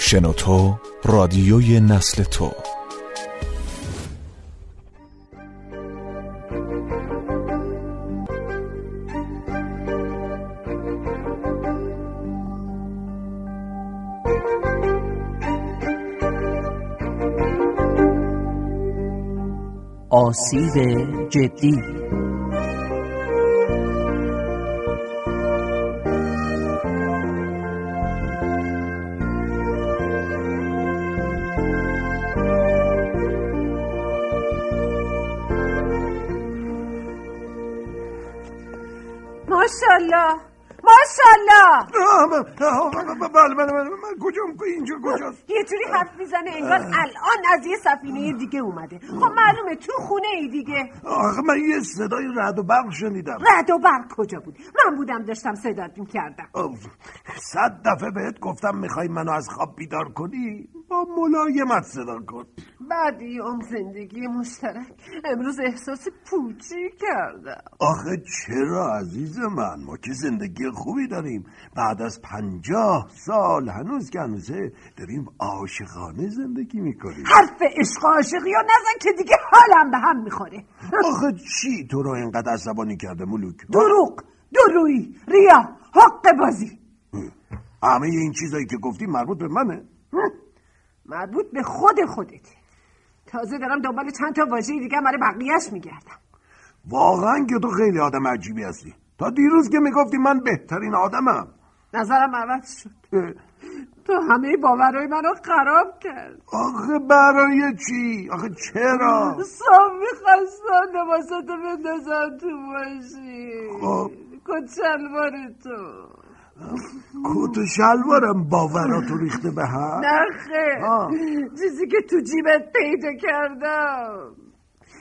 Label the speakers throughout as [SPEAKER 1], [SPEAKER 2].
[SPEAKER 1] شنوتو رادیوی نسل تو
[SPEAKER 2] آسیب جدی
[SPEAKER 3] ماشالله ماشالله
[SPEAKER 4] آه، ب- آه، ب- ب- بله بله بله من کجام اینجا کجاست
[SPEAKER 3] یه جوری حرف میزنه انگار الان از یه سفینه دیگه اومده خب معلومه تو خونه ای دیگه
[SPEAKER 4] آخه من یه صدای رد و برق شنیدم
[SPEAKER 3] رد و برق کجا بود من بودم داشتم صدات میکردم
[SPEAKER 4] آه، صد دفعه بهت گفتم میخوای منو از خواب بیدار کنی با ملایمت صدا کن
[SPEAKER 3] بعدی عمر زندگی مشترک امروز احساس پوچی کردم
[SPEAKER 4] آخه چرا عزیز من ما که زندگی خوبی داریم بعد از پنجاه سال هنوز که هنوزه داریم عاشقانه زندگی میکنیم
[SPEAKER 3] حرف عشق و عاشقی رو نزن که دیگه حالم به هم میخوره
[SPEAKER 4] آخه چی تو رو اینقدر عصبانی کرده ملوک
[SPEAKER 3] دروغ درویی ریا حق بازی
[SPEAKER 4] همه این چیزایی که گفتی مربوط به منه
[SPEAKER 3] هم؟ مربوط به خود خودت تازه دارم دنبال چند تا واژه دیگه برای بقیهش میگردم
[SPEAKER 4] واقعا که تو خیلی آدم عجیبی هستی تا دیروز که میگفتی من بهترین آدمم
[SPEAKER 3] نظرم عوض شد
[SPEAKER 4] اه،
[SPEAKER 3] تو همه باورهای منو خراب کرد
[SPEAKER 4] آخه برای چی؟ آخه چرا؟
[SPEAKER 3] صاحب میخواستم لباساتو بندازم تو باشی
[SPEAKER 4] خب.
[SPEAKER 3] کچلوار تو
[SPEAKER 4] کت و شلوارم باوراتو ریخته به هم
[SPEAKER 3] نخه
[SPEAKER 4] آه.
[SPEAKER 3] چیزی که تو جیبت پیدا کردم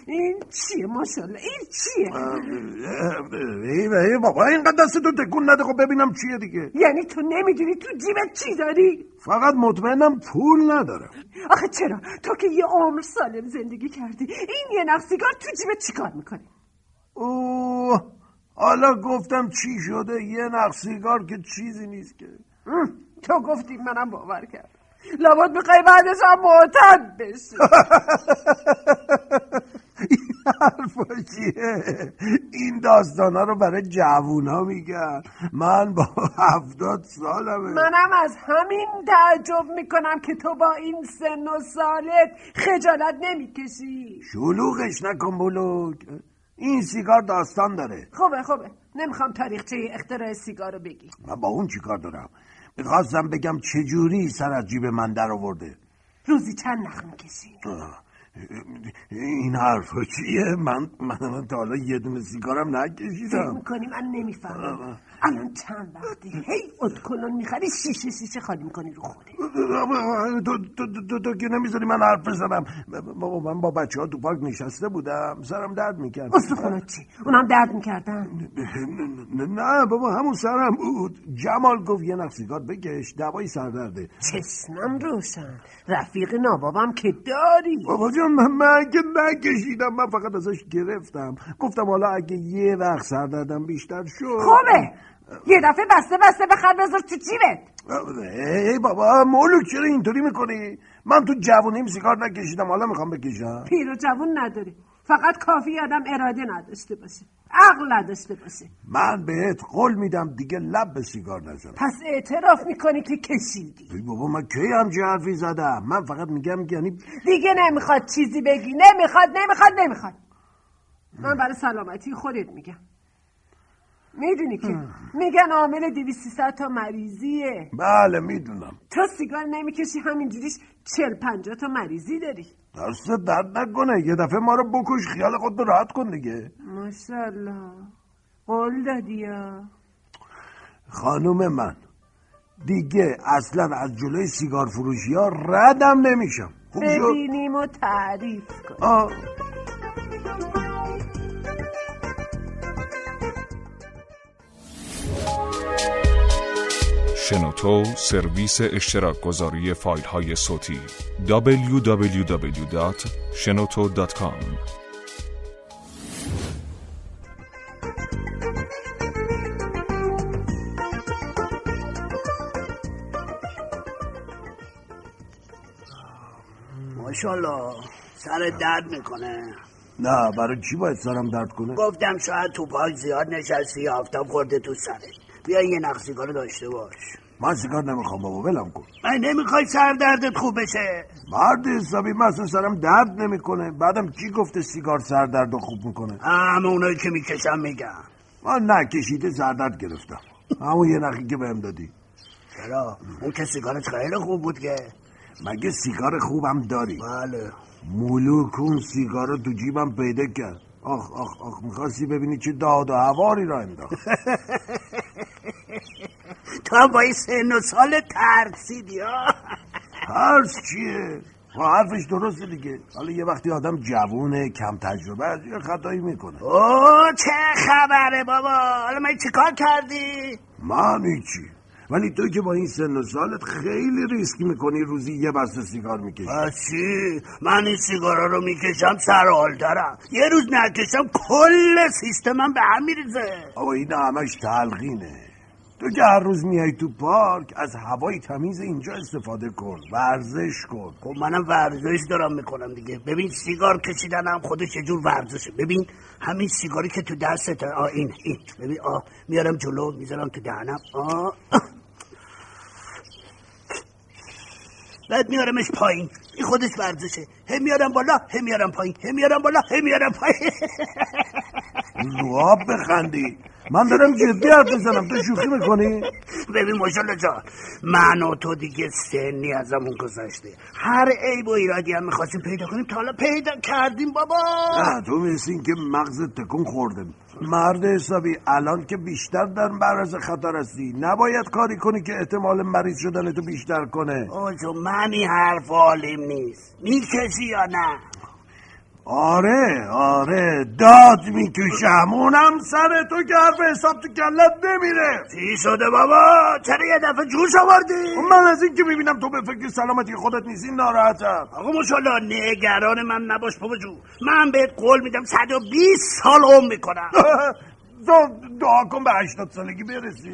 [SPEAKER 3] این چیه ماشالله این
[SPEAKER 4] اه،
[SPEAKER 3] چیه
[SPEAKER 4] اه، ای و ای بابا اینقدر دست تو تکون نده خب ببینم چیه دیگه
[SPEAKER 3] یعنی تو نمیدونی تو جیبت چی داری
[SPEAKER 4] فقط مطمئنم پول ندارم
[SPEAKER 3] آخه چرا تو که یه عمر سالم زندگی کردی این یه نقصیگار تو جیبت چیکار میکنه
[SPEAKER 4] اوه حالا گفتم چی شده یه نقص سیگار که چیزی نیست که
[SPEAKER 3] هم، تو گفتی منم باور کردم لابد میخوای بعدش هم معتاد بشی
[SPEAKER 4] حرفا چیه این داستانا رو برای جوونا میگن من با هفتاد سالمه
[SPEAKER 3] منم از همین تعجب میکنم که تو با این سن و سالت خجالت نمیکشی
[SPEAKER 4] شلوغش نکن بلوک این سیگار داستان داره
[SPEAKER 3] خوبه خوبه نمیخوام تاریخچه اختراع سیگار رو بگی
[SPEAKER 4] من با اون چیکار دارم میخواستم بگم چجوری سر از جیب من در آورده
[SPEAKER 3] روزی چند نخ میکشی
[SPEAKER 4] آه، این حرفا چیه من من, من تا حالا یه دونه سیگارم
[SPEAKER 3] فکر
[SPEAKER 4] نکشیدم
[SPEAKER 3] میکنی من نمیفهمم الان چند وقتی هی اتکلون میخری شیشه شیشه خالی میکنی رو خوده
[SPEAKER 4] تو, تو, تو, تو, تو که نمیذاری من حرف بزنم بابا من با بچه ها تو پارک نشسته بودم سرم درد میکرد
[SPEAKER 3] استخونات چی اونم درد میکردن
[SPEAKER 4] نه نه بابا همون سرم بود جمال گفت یه نخ سیگار بکش دوای سردرده
[SPEAKER 3] چشمم روشن رفیق نابابم که داری
[SPEAKER 4] بابا جان من, من که نکشیدم من فقط ازش گرفتم گفتم حالا اگه یه وقت سردردم بیشتر شد
[SPEAKER 3] خوبه یه دفعه بسته بسته بخر بذار تو جیبت
[SPEAKER 4] ای بابا مولوک چرا اینطوری میکنی من تو جوونیم سیگار نکشیدم حالا میخوام بکشم
[SPEAKER 3] پیر و جوون نداره فقط کافی آدم اراده نداشته باشه عقل نداشته باشه
[SPEAKER 4] من بهت قول میدم دیگه لب به سیگار نزنم
[SPEAKER 3] پس اعتراف میکنی که کشیدی
[SPEAKER 4] ای بابا من کی همچین حرفی زدم من فقط میگم یعنی
[SPEAKER 3] دیگه نمیخواد چیزی بگی نمیخواد نمیخواد نمیخواد من برای سلامتی خودت میگم میدونی که میگن عامل دیویسی تا مریضیه
[SPEAKER 4] بله میدونم
[SPEAKER 3] تو سیگار نمیکشی همینجوریش چل پنجاه تا مریضی داری
[SPEAKER 4] درست درد نکنه یه دفعه ما رو بکش خیال خود رو راحت کن دیگه
[SPEAKER 3] ماشاءالله قول دادی یا
[SPEAKER 4] خانم من دیگه اصلا از جلوی سیگار فروشی ها ردم نمیشم خوب شد
[SPEAKER 3] ببینیم و تعریف کن
[SPEAKER 4] آه.
[SPEAKER 1] شنوتو سرویس اشتراک گذاری فایل های صوتی www.shenoto.com
[SPEAKER 2] ماشالله سر درد میکنه
[SPEAKER 4] نه برای چی باید سرم درد کنه
[SPEAKER 2] گفتم شاید تو پاک زیاد نشستی آفتاب خورده تو سرت بیا یه نقصیگار داشته باش
[SPEAKER 4] من سیگار نمیخوام بابا ولم کن
[SPEAKER 2] من نمیخوای سر دردت خوب بشه
[SPEAKER 4] مرد حسابی من اصلا سرم درد نمیکنه بعدم کی گفته سیگار سر درد رو خوب میکنه
[SPEAKER 2] همه اونایی که میکشم میگم
[SPEAKER 4] من نکشیده سردرد گرفتم همون یه نخی که بهم دادی
[SPEAKER 2] چرا اون که سیگارت خیلی خوب بود که
[SPEAKER 4] مگه سیگار خوبم داری
[SPEAKER 2] بله
[SPEAKER 4] مولوک اون سیگار رو تو جیبم پیدا کرد آخ آخ آخ میخواستی ببینی چه داد و هواری را انداخت
[SPEAKER 2] تا با این سن و سال ترسیدی ها
[SPEAKER 4] ترس چیه خب حرفش درسته دیگه حالا یه وقتی آدم جوونه کم تجربه از یه خطایی میکنه
[SPEAKER 2] او چه خبره بابا حالا من چیکار کردی
[SPEAKER 4] من هیچی ولی تو که با این سن و سالت خیلی ریسک میکنی روزی یه بسته سیگار میکشی
[SPEAKER 2] پس چی من این سیگارا رو میکشم سر حال دارم یه روز نکشم کل سیستمم به هم میریزه
[SPEAKER 4] آقا این همش تلقینه تو که هر روز میای تو پارک از هوای تمیز اینجا استفاده کن ورزش کن
[SPEAKER 2] خب منم ورزش دارم میکنم دیگه ببین سیگار کشیدن هم خودش یه جور ورزشه ببین همین سیگاری که تو دستت آ این این ببین آ میارم جلو میذارم تو دهنم آ بعد میارمش پایین این خودش ورزشه هم میارم بالا هم میارم پایین هم میارم بالا هم میارم پایین
[SPEAKER 4] زواب بخندی من دارم جدی حرف بزنم تو شوخی میکنی
[SPEAKER 2] ببین مشال جان من و تو دیگه سنی ازمون گذشته هر عیب و ایرادی هم میخواستیم پیدا کنیم تا حالا پیدا کردیم بابا
[SPEAKER 4] نه تو مثل این که مغزت تکون خورده مرد حسابی الان که بیشتر در معرض خطر هستی نباید کاری کنی که احتمال مریض شدن تو بیشتر کنه
[SPEAKER 2] آجو من این حرف عالم نیست میکشی یا نه
[SPEAKER 4] آره آره داد میکشم اونم سر تو که حرف حساب تو کلت نمیره
[SPEAKER 2] چی شده بابا چرا یه دفعه جوش آوردی
[SPEAKER 4] من از اینکه میبینم تو به فکر سلامتی خودت نیستی ناراحتم
[SPEAKER 2] آقا مشالا نگران من نباش بابا جو من بهت قول میدم 120 سال عمر میکنم
[SPEAKER 4] تو دعا کن به هشتاد سالگی برسی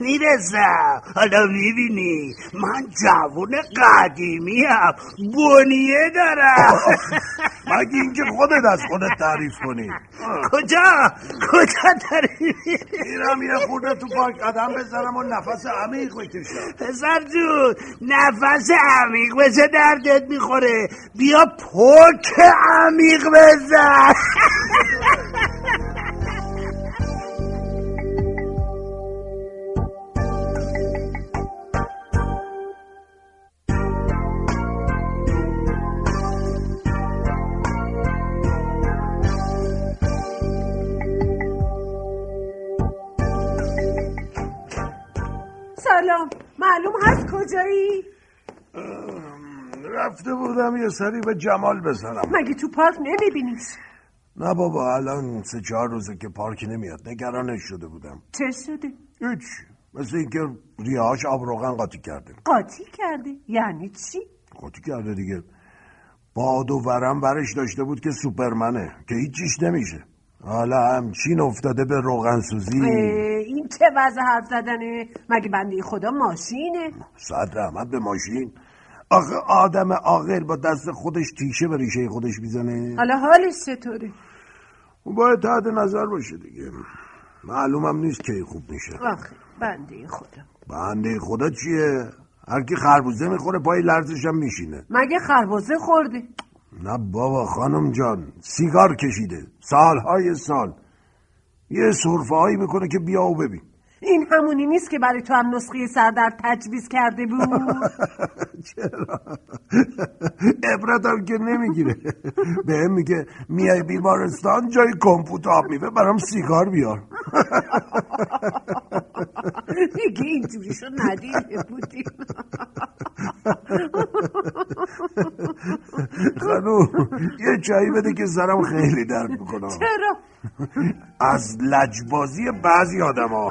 [SPEAKER 2] میرسم حالا میبینی من جوون قدیمی هم بنیه دارم
[SPEAKER 4] مگه اینکه خودت از خودت تعریف کنی
[SPEAKER 2] کجا کجا داری می‌ری؟
[SPEAKER 4] میرم یه خورده تو پارک قدم بزنم و نفس عمیق بکشم
[SPEAKER 2] پسر جون نفس عمیق بزه دردت میخوره بیا پک عمیق بزن
[SPEAKER 3] سلام معلوم هست کجایی؟
[SPEAKER 4] رفته بودم یه سری به جمال بزنم
[SPEAKER 3] مگه تو پارک نمیبینیش
[SPEAKER 4] نه بابا الان سه چهار روزه که پارک نمیاد نگرانش شده بودم
[SPEAKER 3] چه شده؟
[SPEAKER 4] هیچ مثل اینکه ریهاش آب روغن قاطی کرده
[SPEAKER 3] قاطی کرده یعنی چی؟
[SPEAKER 4] قاطی کرده دیگه باد و ورم برش داشته بود که سوپرمنه که هیچیش نمیشه حالا همچین افتاده به روغن
[SPEAKER 3] اه،
[SPEAKER 4] سوزی
[SPEAKER 3] این چه وضع حرف زدنه مگه بنده خدا ماشینه
[SPEAKER 4] صد رحمت به ماشین آخه آدم عاقل با دست خودش تیشه به ریشه خودش میزنه
[SPEAKER 3] حالا حالش چطوره
[SPEAKER 4] اون باید تحت نظر باشه دیگه معلومم نیست کی خوب میشه
[SPEAKER 3] آخه بنده خدا
[SPEAKER 4] بنده خدا چیه هر کی خربوزه میخوره پای لرزش هم میشینه
[SPEAKER 3] مگه خربزه خورده
[SPEAKER 4] نه بابا خانم جان سیگار کشیده سالهای سال یه سرفه هایی میکنه که بیا و ببین
[SPEAKER 3] این همونی نیست که برای تو هم نسخه سردرد تجویز کرده بود
[SPEAKER 4] چرا عبرت هم که نمیگیره به هم میگه میای بیمارستان جای کمپوت آب میوه برام سیگار بیار
[SPEAKER 3] دیگه اینجوریشو ندیده بودی
[SPEAKER 4] خانوم یه چایی بده که سرم خیلی درد میکنه
[SPEAKER 3] چرا
[SPEAKER 4] از لجبازی بعضی آدم ها